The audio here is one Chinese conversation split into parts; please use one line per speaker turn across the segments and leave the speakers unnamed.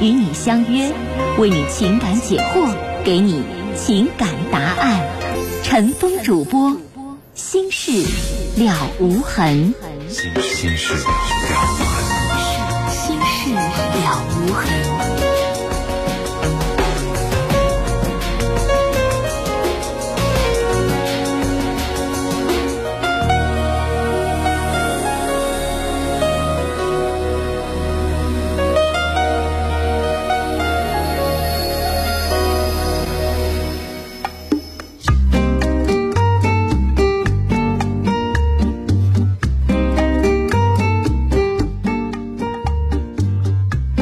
与你相约，为你情感解惑，给你情感答案。陈峰主播，心事了无痕。
心心事了无痕。
心事了无痕。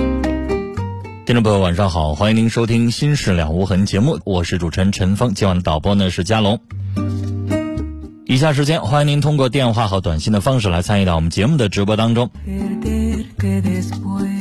听众朋友，晚上好，欢迎您收听《心事了无痕》节目，我是主持人陈峰，今晚的导播呢是佳龙。以下时间，欢迎您通过电话和短信的方式来参与到我们节目的直播当中。
Perderte después.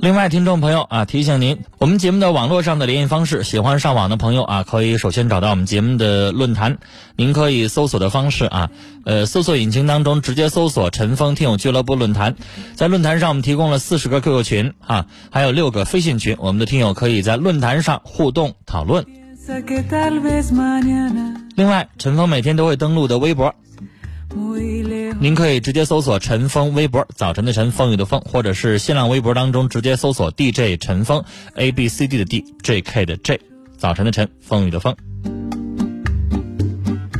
另外，听众朋友啊，提醒您，我们节目的网络上的联系方式，喜欢上网的朋友啊，可以首先找到我们节目的论坛，您可以搜索的方式啊，呃，搜索引擎当中直接搜索“陈峰听友俱乐部论坛”。在论坛上，我们提供了四十个 QQ 群啊，还有六个飞信群，我们的听友可以在论坛上互动讨论。
Piensa que tal vez mañana,
另外，陈峰每天都会登录的微博，
muy lejos,
您可以直接搜索“陈峰微博”，早晨的晨，风雨的风，或者是新浪微博当中直接搜索 “DJ 陈峰 ”，A B C D 的 D，J K 的 J，早晨的晨，风雨的风。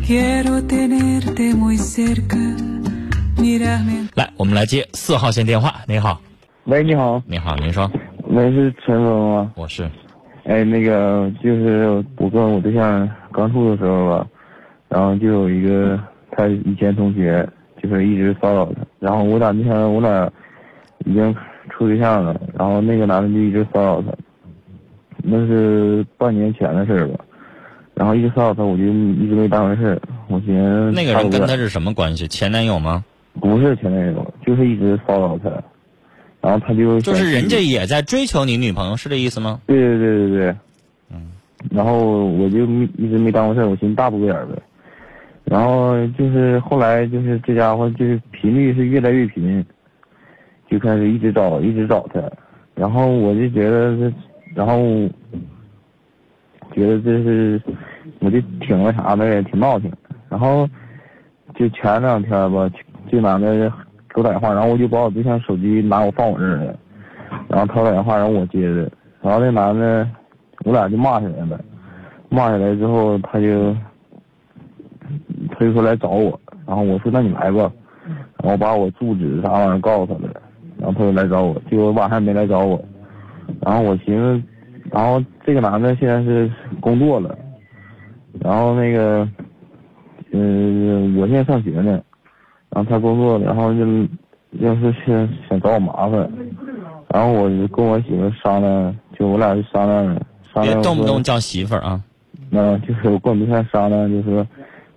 quiero tenerte muy cerca. Mírame,
来，我们来接四号线电话。您好，
喂，你好，
您好，您说，
喂，是陈峰吗？
我是
哎，那个就是我跟我对象刚处的时候吧，然后就有一个他以前同学，就是一直骚扰他，然后我俩那天我俩已经处对象了，然后那个男的就一直骚扰他，那是半年前的事儿吧，然后一直骚扰他，我就一直没当回事儿，我寻思
那个
差
人
不
跟
多
他是什么关系？前男友吗？
不是前男友，就是一直骚扰他，然后他就
就是
想
人家也在追求你女朋友，是这意思吗？
对对对对对，嗯，然后我就没一直没当回事儿，我寻思大不过眼儿呗。然后就是后来就是这家伙就是频率是越来越频，就开始一直找一直找他，然后我就觉得这，然后觉得这是我就挺那啥的，挺闹挺。然后就前两天吧，这男的给我打电话，然后我就把我对象手机拿我放我这儿了，然后他打电话让我接的，然后那男的我俩就骂起来了，骂起来之后他就他就说来找我，然后我说那你来吧，然后把我住址啥玩意儿告诉他了，然后他就来找我，结果晚上没来找我，然后我寻思，然后这个男的现在是工作了，然后那个，嗯、我现在上学呢，然后他工作了，然后就要是想想找我麻烦，然后我就跟我媳妇商量，就我俩就商量了，商
别
量
动不
说
动叫媳妇儿啊！
那就是我跟我对象商量，就说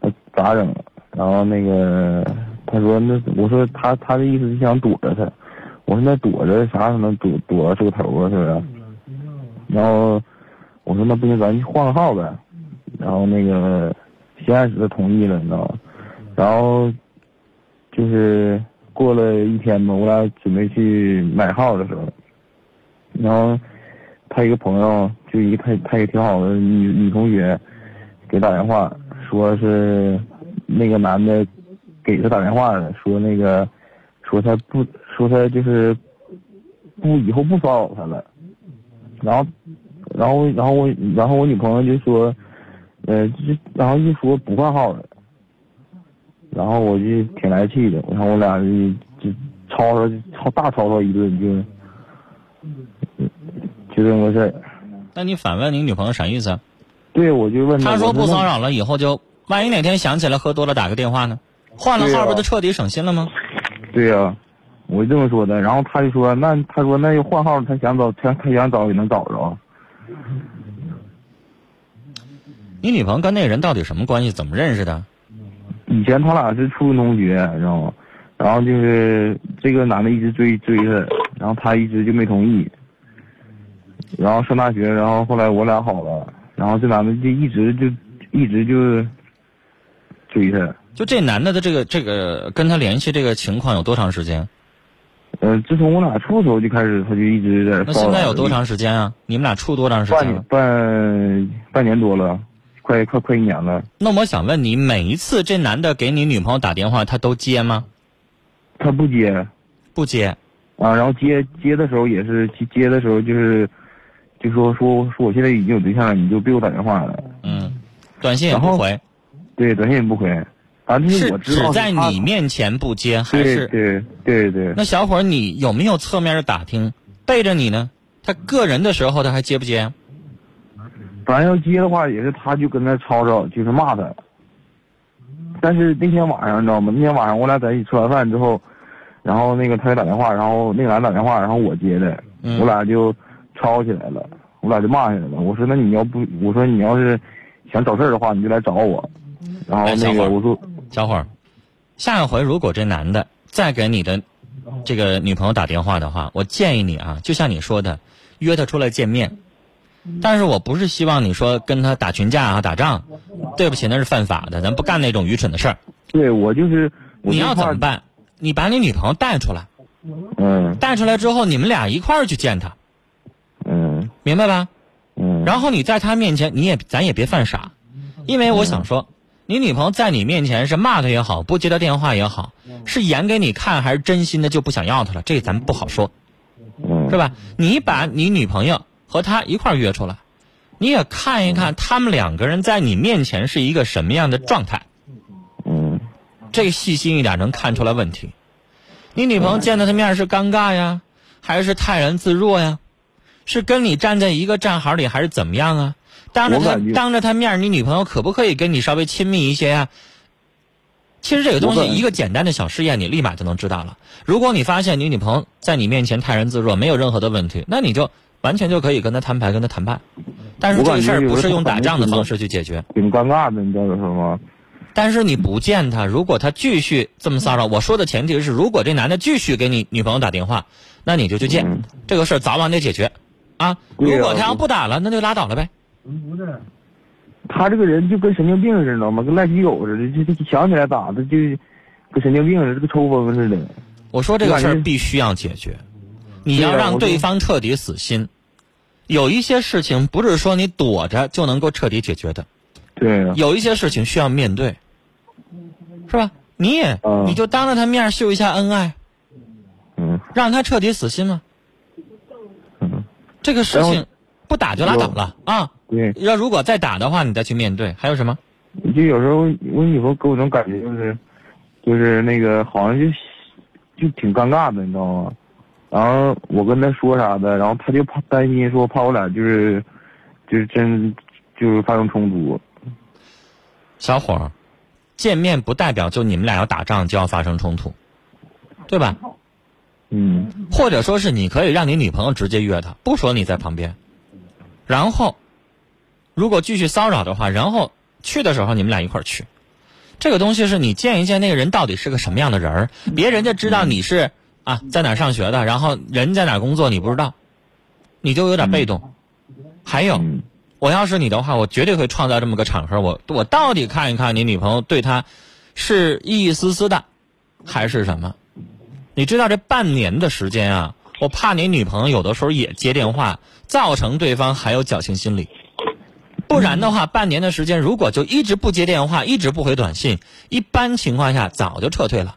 呃咋整？然后那个他说那我说他他的意思是想躲着他，我说那躲着啥时候能躲躲出头啊？是不是？然后我说那不行，咱就换个号呗。然后那个先开始他同意了，你知道吗？然后就是过了一天吧，我俩准备去买号的时候，然后他一个朋友，就一个他他一个挺好的女女同学，给打电话说是那个男的给他打电话了，说那个说他不说他就是不以后不骚扰他了，然后然后然后我然后我女朋友就说，呃，就然后就说不换号了，然后我就挺来气的，然后我俩就就吵吵吵大吵吵一顿就。就这么回事儿。
那你反问你女朋友啥意思啊？
对，我就问
她说不骚
扰，
扰了以后就，万一哪天想起来喝多了打个电话呢？换了
对啊
号不就彻底省心了吗？
对呀、啊我就这么说的。然后他就说，那他说那就换号，他想找他他想找也能找着。
你女朋友跟那个人到底什么关系？怎么认识的？
以前他俩是初中同学，你知道吗？然后就是这个男的一直追追她，然后她一直就没同意。然后上大学，然后后来我俩好了，然后这男的就一直就一直就追她。
就这男的的这个这个跟他联系这个情况有多长时间？
呃，自从我俩处的时候就开始，他就一直在。
那现在有多？长时间啊？你们俩处多长时
半
间啊
年
了？
半半年多了，快快快一年了。
那我想问你，每一次这男的给你女朋友打电话，他都接吗？
他不接
不接。
啊，然后接接的时候也是接接的时候就是，就说说说我现在已经有对象了，你就别给我打电话了。
嗯，短信也
然
不
后
回，
对，短信也不回，反正就是
是
我知道
只
是
在
他
你面前不接，还
对
是
对对对，
那小伙儿你有没有侧面的打听？背着你呢？他个人的时候他还接不啊接？
反正要接的话也是他就跟那吵吵，就是骂他。但是那天晚上你知道吗？那天晚上我俩在一起吃完饭之后，然后那个他给打电话，然后那个男的打电话，然后我接的，
嗯
我俩就吵起来了，我俩就骂起来了。我说那你要不，我说你要是想找事儿的话，你就来找我。然后
哎小
那
伙
个
儿
我说
小伙儿，下一回如果这男的再给你的这个女朋友打电话的话，我建议你啊，就像你说的，约她出来见面。但是我不是希望你说跟他打群架啊、打仗，对不起，那是犯法的，咱不干那种愚蠢的事儿。
对我就是我
你
就
要
怕
怎么？办？你把你女朋友带出来，
嗯
带出来之后，你们俩一块儿去见她，
嗯
明白吧？
嗯，
然后你在她面前，你也咱也别犯傻，因为我想说，你女朋友在你面前是骂她也好，不接她电话也好，是演给你看还是真心的就不想要她了，这咱不好说，
嗯
是吧？你把你女朋友和她一块儿约出来，你也看一看他们两个人在你面前是一个什么样的状态。
嗯
这个细心一点能看出来问题。你女朋友见到他面是尴尬呀，还是泰然自若呀？是跟你站在一个战壕里，还是怎么样啊？当着
我
他
感觉
当着他面，你女朋友可不可以跟你稍微亲密一些呀？其实这个东
我
西，
感
一个简单的小试验，你立马就能知道了。如果你发现你女朋友在你面前泰然自若，没有任何的问题，那你就完全就可以跟她摊牌，跟她谈判。但是
我
这
感
个
觉
事儿
有
不是
的时候
用打
感觉
仗的
挺
方
多
式去解决。
挺尴尬的，你知道有什么？
但是你不见他，如果他继续这么
嗯
骚扰，我说的前提是，如果这男的继续给你女朋友打电话，那你就去见，
嗯
这个事儿早晚得解决，啊，
对呀
如果他要不打了，那就拉倒了呗。
他这个人就跟神经病似的，知道吗？跟赖皮狗似的，就就想起来打他就跟神经病似的，跟抽风似的。
我说这个事
那
儿
你
必须要解决，你
对呀
要让
我
对
就
方彻底死心。有一些事情不是说你躲着就能够彻底解决的，
对，
有一些事情需要面对，是吧？你也
嗯
你就当着他面秀一下恩爱，
嗯
让他彻底死心嘛。
嗯，
这个事
然后
情不打就拉倒了啊。
对，
要如果再打的话，你再去面对。还有什么？
就有时候我女朋友给我那种感觉就是，就是那个好像就就挺尴尬的，你知道吗？然后我跟她说啥的，然后她就怕担心说怕我俩就是就是真就是发生冲突。
小伙儿，见面不代表就你们俩要打仗就要发生冲突，对吧？
嗯
或者说是你可以让你女朋友直接约他，不说你在旁边，然后如果继续骚扰的话，然后去的时候你们俩一块儿去。这个东西是你见一见那个人到底是个什么样的人儿，别人家知道你是啊在哪儿上学的，然后人在哪儿工作你不知道，你就有点被动。还有，
嗯
我要是你的话，我绝对会创造这么个场合，我我到底看一看你女朋友对他是一丝丝的，还是什么？你知道这半年的时间啊，我怕你女朋友有的时候也接电话，造成对方还有侥幸心理。不然的话，半年的时间如果就一直不接电话，一直不回短信，一般情况下早就撤退了，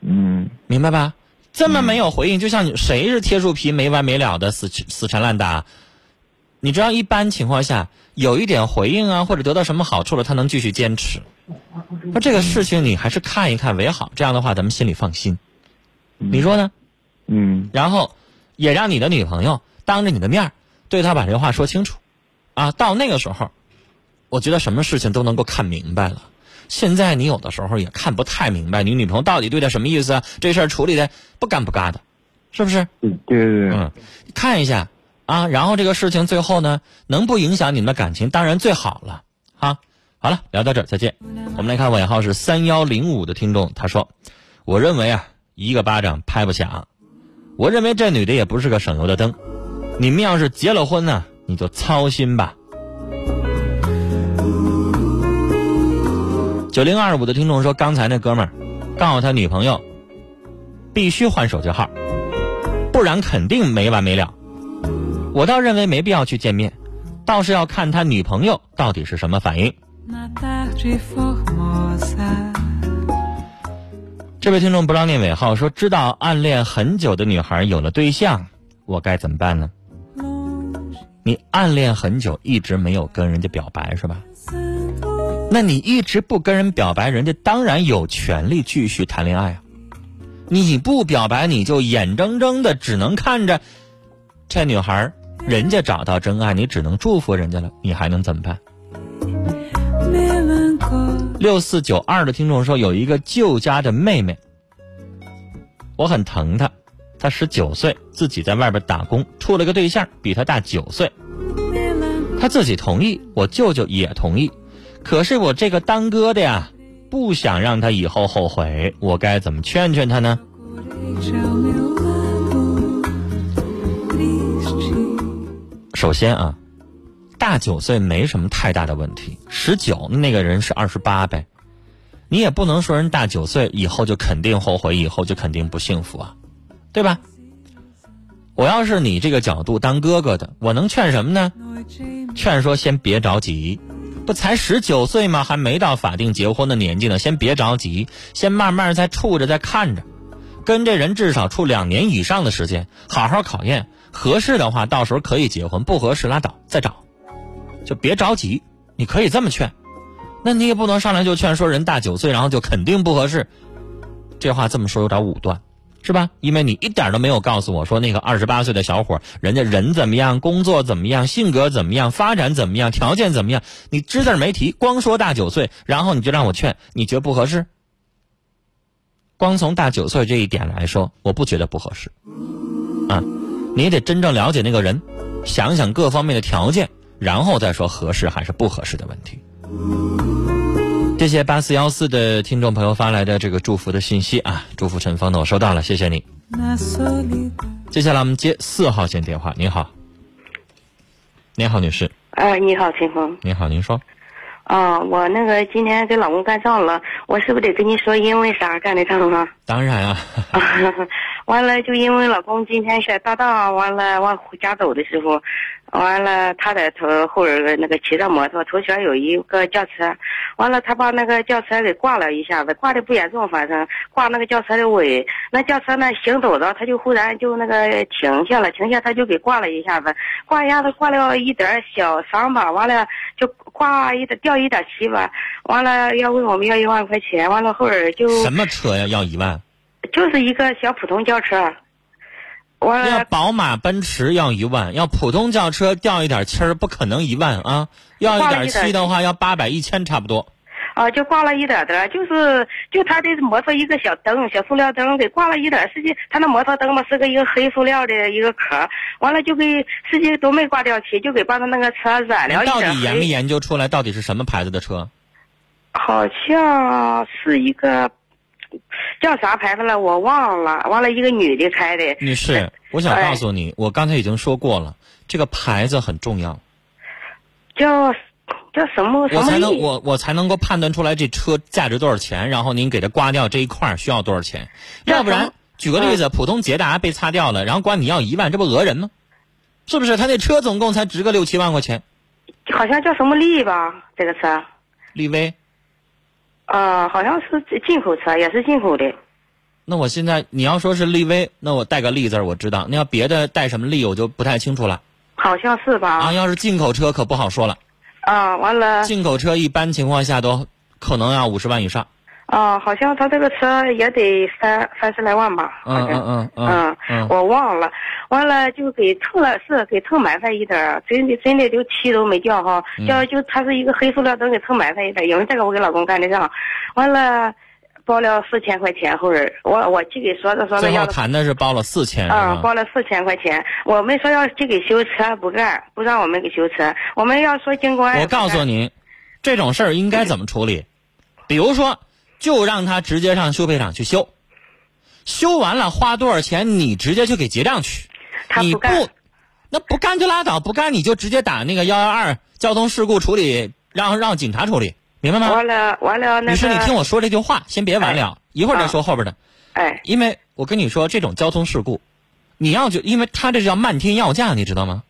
嗯，
明白吧？这么没有回应，就像你谁是铁树皮没完没了的死死缠烂打，你知道一般情况下有一点回应啊，或者得到什么好处了，他能继续坚持。那这个事情你还是看一看为好，这样的话咱们心里放心。你说呢？
嗯
然后也让你的女朋友当着你的面儿对她把这话说清楚，啊，到那个时候，我觉得什么事情都能够看明白了。现在你有的时候也看不太明白你女朋友到底对她什么意思啊？这事儿处理的不干不嘎的，是不是？
对对对，
嗯，看一下啊，然后这个事情最后呢，能不影响你们的感情，当然最好了啊。好了，聊到这儿，再见。我们来看尾号是三幺零五的听众，他说：“我认为啊，一个巴掌拍不响。我认为这女的也不是个省油的灯。你们要是结了婚呢、你就操心吧。”九零二五的听众说：“刚才那哥们儿告诉他女朋友，必须换手机号。”不然肯定没完没了。我倒认为没必要去见面，倒是要看他女朋友到底是什么反应。
una tarde formosa.
这位听众不让念尾号，说知道暗恋很久的女孩有了对象，我该怎么办呢？
Longe
你暗恋很久一直没有跟人家表白是吧？
sans
那你一直不跟人表白，人家当然有权利继续谈恋爱啊。你不表白，你就眼睁睁的只能看着这女孩儿，人家找到真爱，你只能祝福人家了，你还能怎么办？
mélancolique.
六四九二的听众说，有一个舅家的妹妹，我很疼她，她十九岁，自己在外边打工，处了个对象，比她大九岁，她自己同意，我舅舅也同意，可是我这个当哥的呀，不想让她以后后悔，我该怎么劝劝她呢？
Coreggia al mio lato, tristi.
首先啊，大九岁没什么太大的问题，十九那个人是二十八呗，你也不能说人大九岁以后就肯定后悔，以后就肯定不幸福啊，对吧？我要是你这个角度当哥哥的，我能劝什么呢？
Noi gemelli
劝说先别着急，不才十九岁吗？还没到法定结婚的年纪呢，先别着急，先慢慢再处着，再看着，跟这人至少处两年以上的时间，好好考验，合适的话到时候可以结婚，不合适拉倒，再找，就别着急。你可以这么劝，那你也不能上来就劝说人大九岁，然后就肯定不合适，这话这么说有点武断。是吧？因为你一点都没有告诉我说那个二十八岁的小伙儿，人家人怎么样，工作怎么样，性格怎么样，发展怎么样，条件怎么样，你只字儿没提，光说大九岁，然后你就让我劝，你觉得不合适？光从大九岁这一点来说，我不觉得不合适。啊，你也得真正了解那个人，想想各方面的条件，然后再说合适还是不合适的问题。谢谢八四幺四的听众朋友发来的这个祝福的信息啊，祝福陈峰的我收到了，谢谢你。
una solita.
接下来我们接四号线电话，您好，您好女士，
哎，你好，陈峰。
您好，您说，
啊、我那个今天给老公干仗了，我是不是得跟你说因为啥干的仗啊？
当然啊，
完了，就因为老公今天在大道，完了往回家走的时候，完了他在头后边儿那个骑着摩托，头前有一个轿车，完了他把那个轿车给挂了一下子，挂的不严重，反正挂那个轿车的尾，那轿车呢行走着，他就忽然就那个停下了，停下他就给挂了一下子，挂一下子挂了一点儿小伤吧，完了就挂一点掉一点七吧，完了要问我们要一万块钱，完了后边就
什么车呀？要一万？
就是一个小普通轿车，完
要
了，
宝马、奔驰要一万，要普通轿车掉一点漆儿不可能一万啊，要一点漆的话要八百、一千差不多。
啊，就挂了一点的，就是就他这摩托一个小灯，小塑料灯给挂了一点，司机他那摩托灯嘛是个一个黑塑料的一个壳，完了就给司机都没挂掉漆，就给把他那个车染了一
到
点
底啊研没
黑，
研究出来到底是什么牌子的车？
好像是一个叫啥牌子了，我忘了，完了一个女的开的，
女士，我想告诉你，我刚才已经说过了，这个牌子很重要，
叫叫什么 什
我
么
才能
意
我我才能够判断出来这车价值多少钱，然后您给它刮掉这一块儿需要多少钱，
那嗯
要不
咱
然
们
举个例子，普通捷达被擦掉了，然后管你要一万，这不讹人吗？是不是？他那车总共才值个六七万块钱，
好像叫什么力吧，这个车。
李威。
啊、好像是进口车，也是进口的。
那我现在你要说是力威，那我带个力字儿我知道。那要别的带什么力，我就不太清楚了
好像是吧
啊。？要是进口车可不好说了，
啊，完了
进口车一般情况下都可能要五十万以上。
哦、好像他这个车也得三三十来万吧，好
嗯
像。
嗯嗯
嗯，
嗯
我忘了，完了就给蹭了，是给蹭埋汰一点儿，真的真的就漆都没掉哈，
嗯
掉就它是一个黑塑料灯给蹭埋汰一点儿，因为这个我给老公干得上，完了包了四千块钱后人，我我去给说着说
嗯，
着
最
要
后谈的是包了四千，是
嗯，
吧
包了四千块钱，我们说要去给修车不干，不让我们给修车，我们要说经关，
我告诉您，这种事儿应该怎么处理？比如说，就让他直接上修配厂去修，修完了花多少钱，你直接就给结账去。
他
你
不干，
那不干就拉倒，不干你就直接打那个幺幺二交通事故处理，让让警察处理，明白吗？
完了完了那
啊女士，你听
个，
我说这句话，先别完了，一会儿再说后边的。
哎，
因为我跟你说，这种交通事故，你要就因为他这叫漫天要价，你知道吗？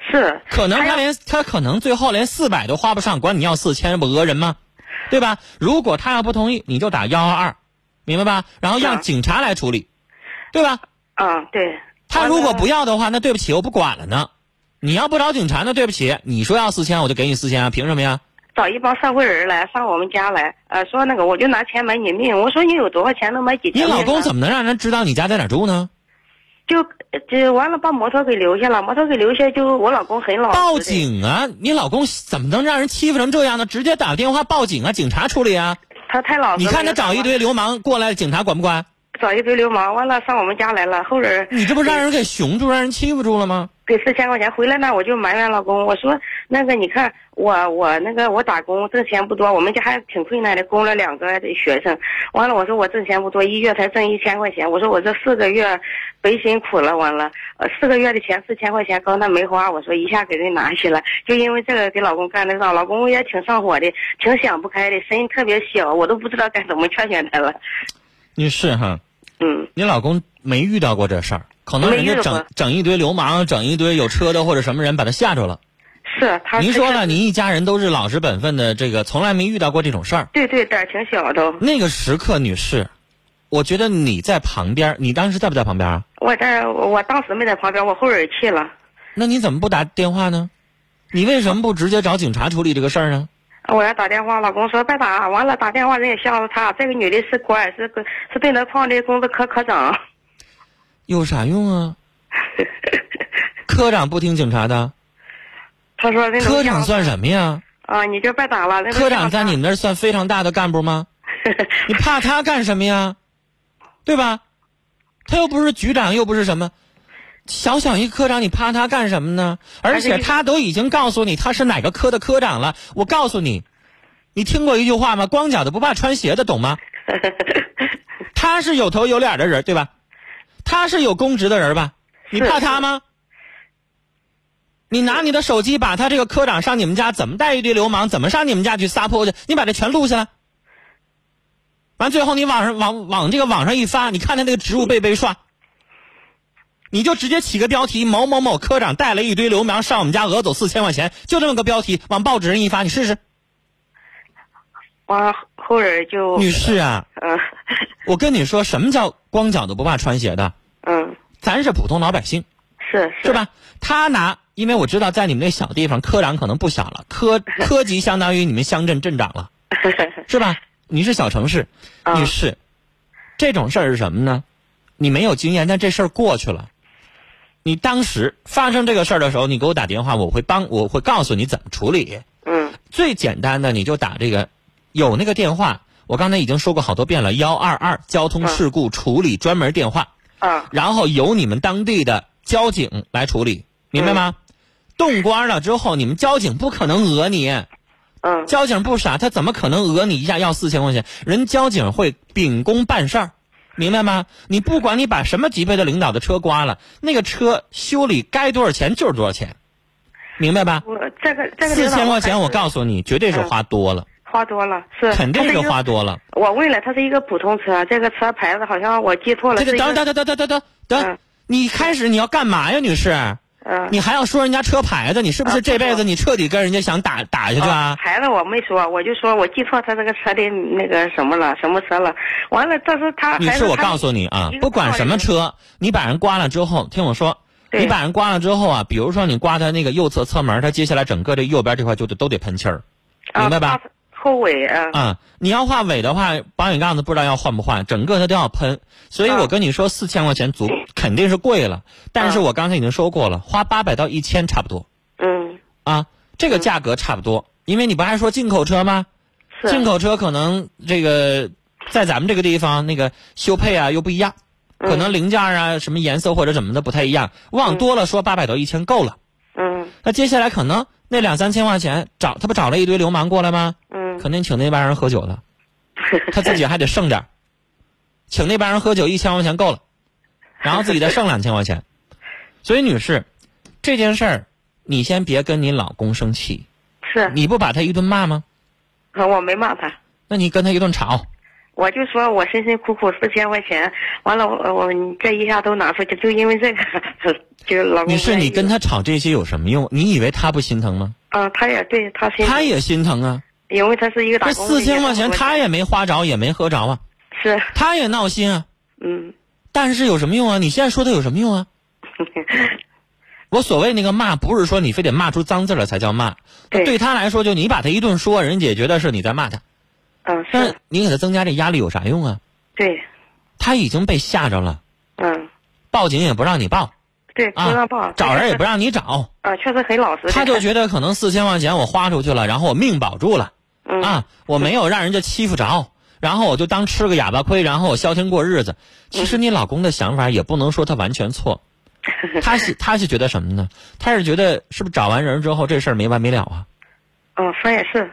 是，
可能
还
他
有
连他可能最后连四百都花不上，管你要四千，不讹人吗？对吧？如果他要不同意，你就打幺二二，明白吧？然后让
嗯
警察来处理，对吧？
嗯对，
他
完
如果
了
不要的话，那对不起，我不管了呢。你要不找警察，那对不起，你说要四千，我就给你四千啊，凭什么呀？
找一帮社会人来上我们家来，呃，说那个我就拿钱买你命。我说你有多少钱能买几
你
条命啊？
老公怎么能让人知道你家在哪儿住呢？
就就完了，把摩托给留下了，摩托给留下就我老公很老实的
报，警啊！你老公怎么能让人欺负成这样呢？直接打电话报警啊，警察处理啊！
他太老实了。
你看他找一
你
堆流氓过来，警察管不管？
知道吗找一堆流氓，完了上我们家来了，后人
你这不让人给熊住，让人欺负住了吗？
给四千块钱回来呢，我就埋怨老公，我说那个你看我我那个我打工挣钱不多，我们家还挺困难的，供了两个学生，完了我说我挣钱不多，一月才挣一千块钱，我说我这四个月白辛苦了，完了呃四个月的钱四千块钱刚那没花，我说一下给人拿去了，就因为这个给老公干得上，老公也挺上火的，挺想不开的，声音特别小，我都不知道该怎么劝劝他了，
女士哈，
嗯，
你老公没遇到过这事儿，可能人
没
家
遇到
整
过
整一堆流氓，整一堆有车的或者什么人把他吓着了。
是他
您
是
说了，您一家人都是老实本分的，这个从来没遇到过这种事儿。
对对胆儿挺小都，
那个时刻，女士，我觉得你在旁边儿，你当时在不在旁边儿啊？
我在我我当时没在旁边，我后人去了。
那你怎么不打电话呢？你为什么不直接找警察处理这个事儿呢？
啊我要打电话，老公说别打，完了打电话人也吓唬他，这个女的是官，是个是对能矿的工资科科长，
有啥用啊？科长不听警察的，
他说那种
科长算什么呀？
啊，你就别打了。那种
科长在你
样啊
们那儿算非常大的干部吗？你怕他干什么呀？对吧？他又不是局长，又不是什么，小小一科长，你怕他干什么呢？而且他都已经告诉你他是哪个科的科长了。我告诉你，你听过一句话吗？光脚的不怕穿鞋的，懂吗？他是有头有脸的人，对吧？他是有公职的人吧？你怕他吗？你拿你的手机把他这个科长上你们家怎么带一堆流氓，怎么上你们家去撒泼去，你把这全录下来。完最后你往上往往这个网上一发，你看他那个职务被被刷，你就直接起个标题：某某某科长带了一堆流氓上我们家讹走四千块钱，就这么个标题往报纸上一发，你试试。
完了啊后人就
女士啊，
嗯
我跟你说，什么叫光脚的不怕穿鞋的？
嗯
咱是普通老百姓，
是
是？吧？他拿，因为我知道在你们那小地方，科长可能不小了，科科级相当于你们乡镇镇长了，是吧？你是小城市，
啊
女士，这种事儿是什么呢？你没有经验，但这事儿过去了。你当时发生这个事儿的时候，你给我打电话，我会帮，我会告诉你怎么处理。
嗯
最简单的，你就打这个，有那个电话，我刚才已经说过好多遍了，幺二二交通事故处理专门电话。
啊
然后由你们当地的交警来处理，明白吗？动官了之后，你们交警不可能讹你，
嗯
交警不傻，他怎么可能讹你一下要四千块钱？人交警会秉公办事儿，明白吗？你不管你把什么级别的领导的车刮了，那个车修理该多少钱就是多少钱，明白吧？
我这个这个
四
领导
千块钱，我
还是
告诉你，绝对是花多了，
花多了是
肯定
他
是
嗯一个
花多了。
我问了，他是一个普通车，这个车牌子好像我记错了。
这个
是一
等等等等等等等等
嗯，
你开始你要干嘛呀，女士？
嗯。
你还要说人家车牌子，你是不是
啊
这辈子你彻底跟人家想打打下去啊？
牌哦子我没说，我就说我记错他这个车的那个什么了，什么车了。完了，这是他
女
还
士，
是
我
他
告诉你啊
一，个
不管什么车，你把人刮了之后，听我说，
对
你把人刮了之后啊，比如说你刮他那个右侧侧门，他接下来整个这右边这块就得都得喷漆儿，
啊
明白吧
怕？后尾啊，
啊，你要画尾的话，保险杠子不知道要换不换，整个它都要喷。所以我
啊
跟你说，四千块钱足肯定是贵了，但是
啊
我刚才已经说过了，花八百到一千差不多
嗯，
啊，这个价格差不多。因为你不还说进口车吗？
是
进口车可能这个在咱们这个地方那个修配啊又不一样，可能零件啊什么颜色或者什么的不太一样，往多了说八百到一千够了。
嗯
那接下来可能那两三千块钱找他不找了一堆流氓过来吗？
嗯，
肯定请那帮人喝酒了，他自己还得剩点儿，请那帮人喝酒一千块钱够了，然后自己再剩两千块钱。所以，女士，这件事儿你先别跟你老公生气，
是，
你不把他一顿骂吗？
我没骂他。
那你跟他一顿吵，
我就说我辛辛苦苦四千块钱，完了我我你这一下都拿出去，就因为这个， 就老公
女士，
愿意
你跟他吵这些有什么用？你以为他不心疼吗？
啊，他也对他心，
他也心疼啊，
因为他是一个打
这
工的
四千块钱他也没花着，也没喝着啊，
是
他也闹心啊。
嗯，
但是有什么用啊？你现在说他有什么用啊？我所谓那个骂，不是说你非得骂出脏字儿来才叫骂。
对
对他来说，就你把他一顿说，人家也觉得是你在骂他。
嗯
但
是
是你给他增加这压力有啥用啊？
对
他已经被吓着了，
嗯
报警也不让你报
对不
啊
让报，，
找人也不让你找，
啊，确实很老实，
他就觉得可能四千块钱我花出去了，然后我命保住了
嗯
啊，我没有让人家欺负着，然后我就当吃个哑巴亏，然后我消停过日子。其实你老公的想法也不能说他完全错，他是他是觉得什么呢？他是觉得是不是找完人之后这事儿没完没了啊？
嗯说也是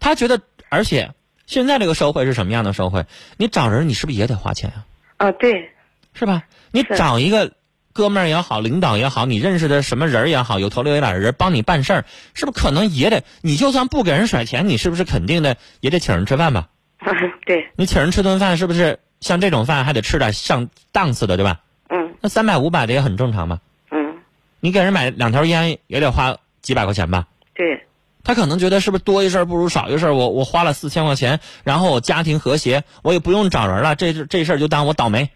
他觉得，而且现在这个社会是什么样的社会？你找人，你是不是也得花钱啊？
啊对
是吧？你
是
找一个哥们儿也好，领导也好，你认识的什么人儿也好，有头有脸的人帮你办事儿，是不是可能也得？你就算不给人甩钱，你是不是肯定的也得请人吃饭吧？
嗯对
你请人吃顿饭，是不是像这种饭还得吃点上档次的，对吧？
嗯
那三百五百的也很正常嘛。
嗯
你给人买两条烟也得花几百块钱吧？
对
他可能觉得是不是多一事儿不如少一事儿？我我花了四千块钱，然后我家庭和谐，我也不用找人了，这这事儿就当我倒霉，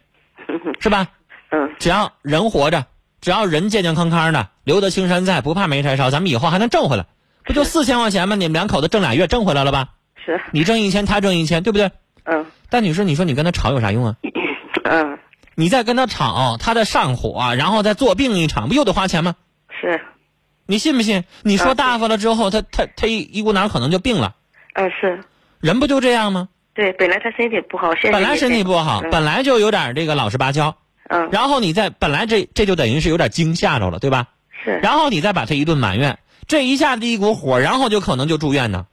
是吧？
嗯
只要人活着，只要人健健康康的，留得青山在，不怕没柴烧，咱们以后还能挣回来。不就四千块钱吗？你们两口子挣俩月挣回来了吧？
是
你挣一千，他挣一千，对不对？
嗯
但女士，你说你跟他吵有啥用啊？
嗯
你再跟他吵，他再上火，啊然后再做病一场，不又得花钱吗？
是
你信不信？你说
啊
大发了之后，他他他一一股脑儿可能就病了，
嗯是
人不就这样吗？
对，本来他身体不好，现在
本来身体不好，本
来
来就有点这个老实巴交，
嗯
然后你再本来这这就等于是有点惊吓着了，对吧？
是
然后你再把他一顿埋怨，这一下子一股火，然后就可能就住院呢。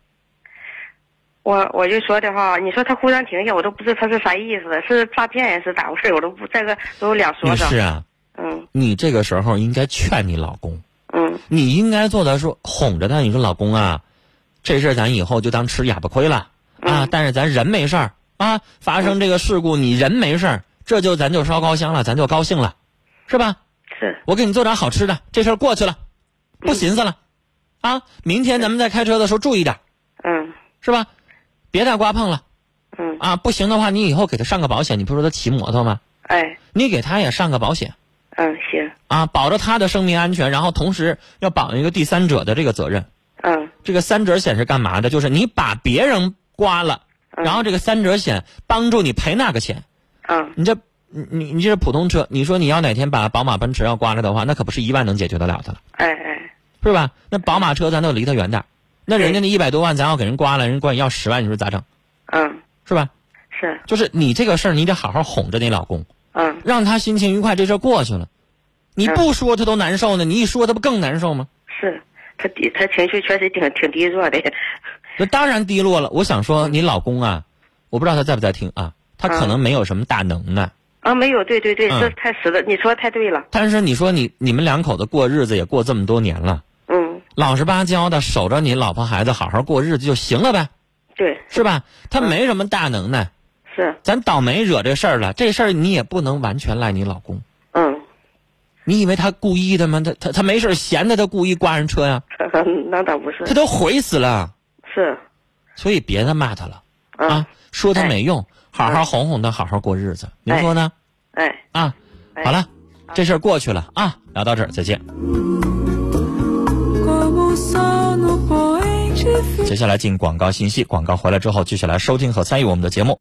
我我就说的哈，你说他忽然停下，我都不知道他是啥意思，是诈骗也是咋回事，我都不这个都有两说
女
的。
士啊，
嗯
你这个时候应该劝你老公，
嗯
你应该做的说哄着他，你说老公啊，这事儿咱以后就当吃哑巴亏了啊，
嗯
但是咱人没事儿啊，发生这个事故你人没事儿，这就咱就烧高香了，咱就高兴了，是吧？
是
我给你做点好吃的，这事儿过去了，不寻思了，啊，明天咱们在开车的时候注意点，
嗯
是吧？别再刮碰了
嗯
啊！不行的话，你以后给他上个保险，你不是说他骑摩托吗？
哎
你给他也上个保险
嗯行
啊，保着他的生命安全，然后同时要保一个第三者的这个责任。
嗯
这个三者险是干嘛的？就是你把别人刮了，
嗯
然后这个三者险帮助你赔那个钱。
嗯
你这你你你这是普通车，你说你要哪天把宝马、奔驰要刮了的话，那可不是一万能解决得了的了。
哎哎
是吧？那宝马车咱都离他远点儿，那人家那一百多万，咱要给人刮了，人管你要十万，你说咋整？
嗯
是吧？
是
就是你这个事儿，你得好好哄着你老公，
嗯
让他心情愉快，这事儿过去了。你不说他都难受呢，你一说他不更难受吗？
是，他低他情绪确实挺挺低落的。
那当然低落了。我想说，你老公啊，我不知道他在不在听啊，他可能没有什么大能耐，
啊，没有，对对对，
嗯
这太实了，你说太对了。
但是你说你你们两口子过日子也过这么多年了，
嗯，
老实巴交的守着你老婆孩子好好过日子就行了呗，
对，
是吧？他没什么大能耐。
是，
咱倒霉惹这事儿了，这事儿你也不能完全赖你老公。
嗯，
你以为他故意的吗？他他他没事儿闲的，他故意刮人车呀、
那倒不是
他，都悔死了。
是，
所以别再骂他了
嗯
啊，，说他没用，好好哄哄他，好好过日子。您说呢？
哎，
啊，
哎
好了，这事儿过去了啊，聊到这儿，再见。
Como sono poeta difficult.
接下来进广告信息，广告回来之后继续来收听和参与我们的节目。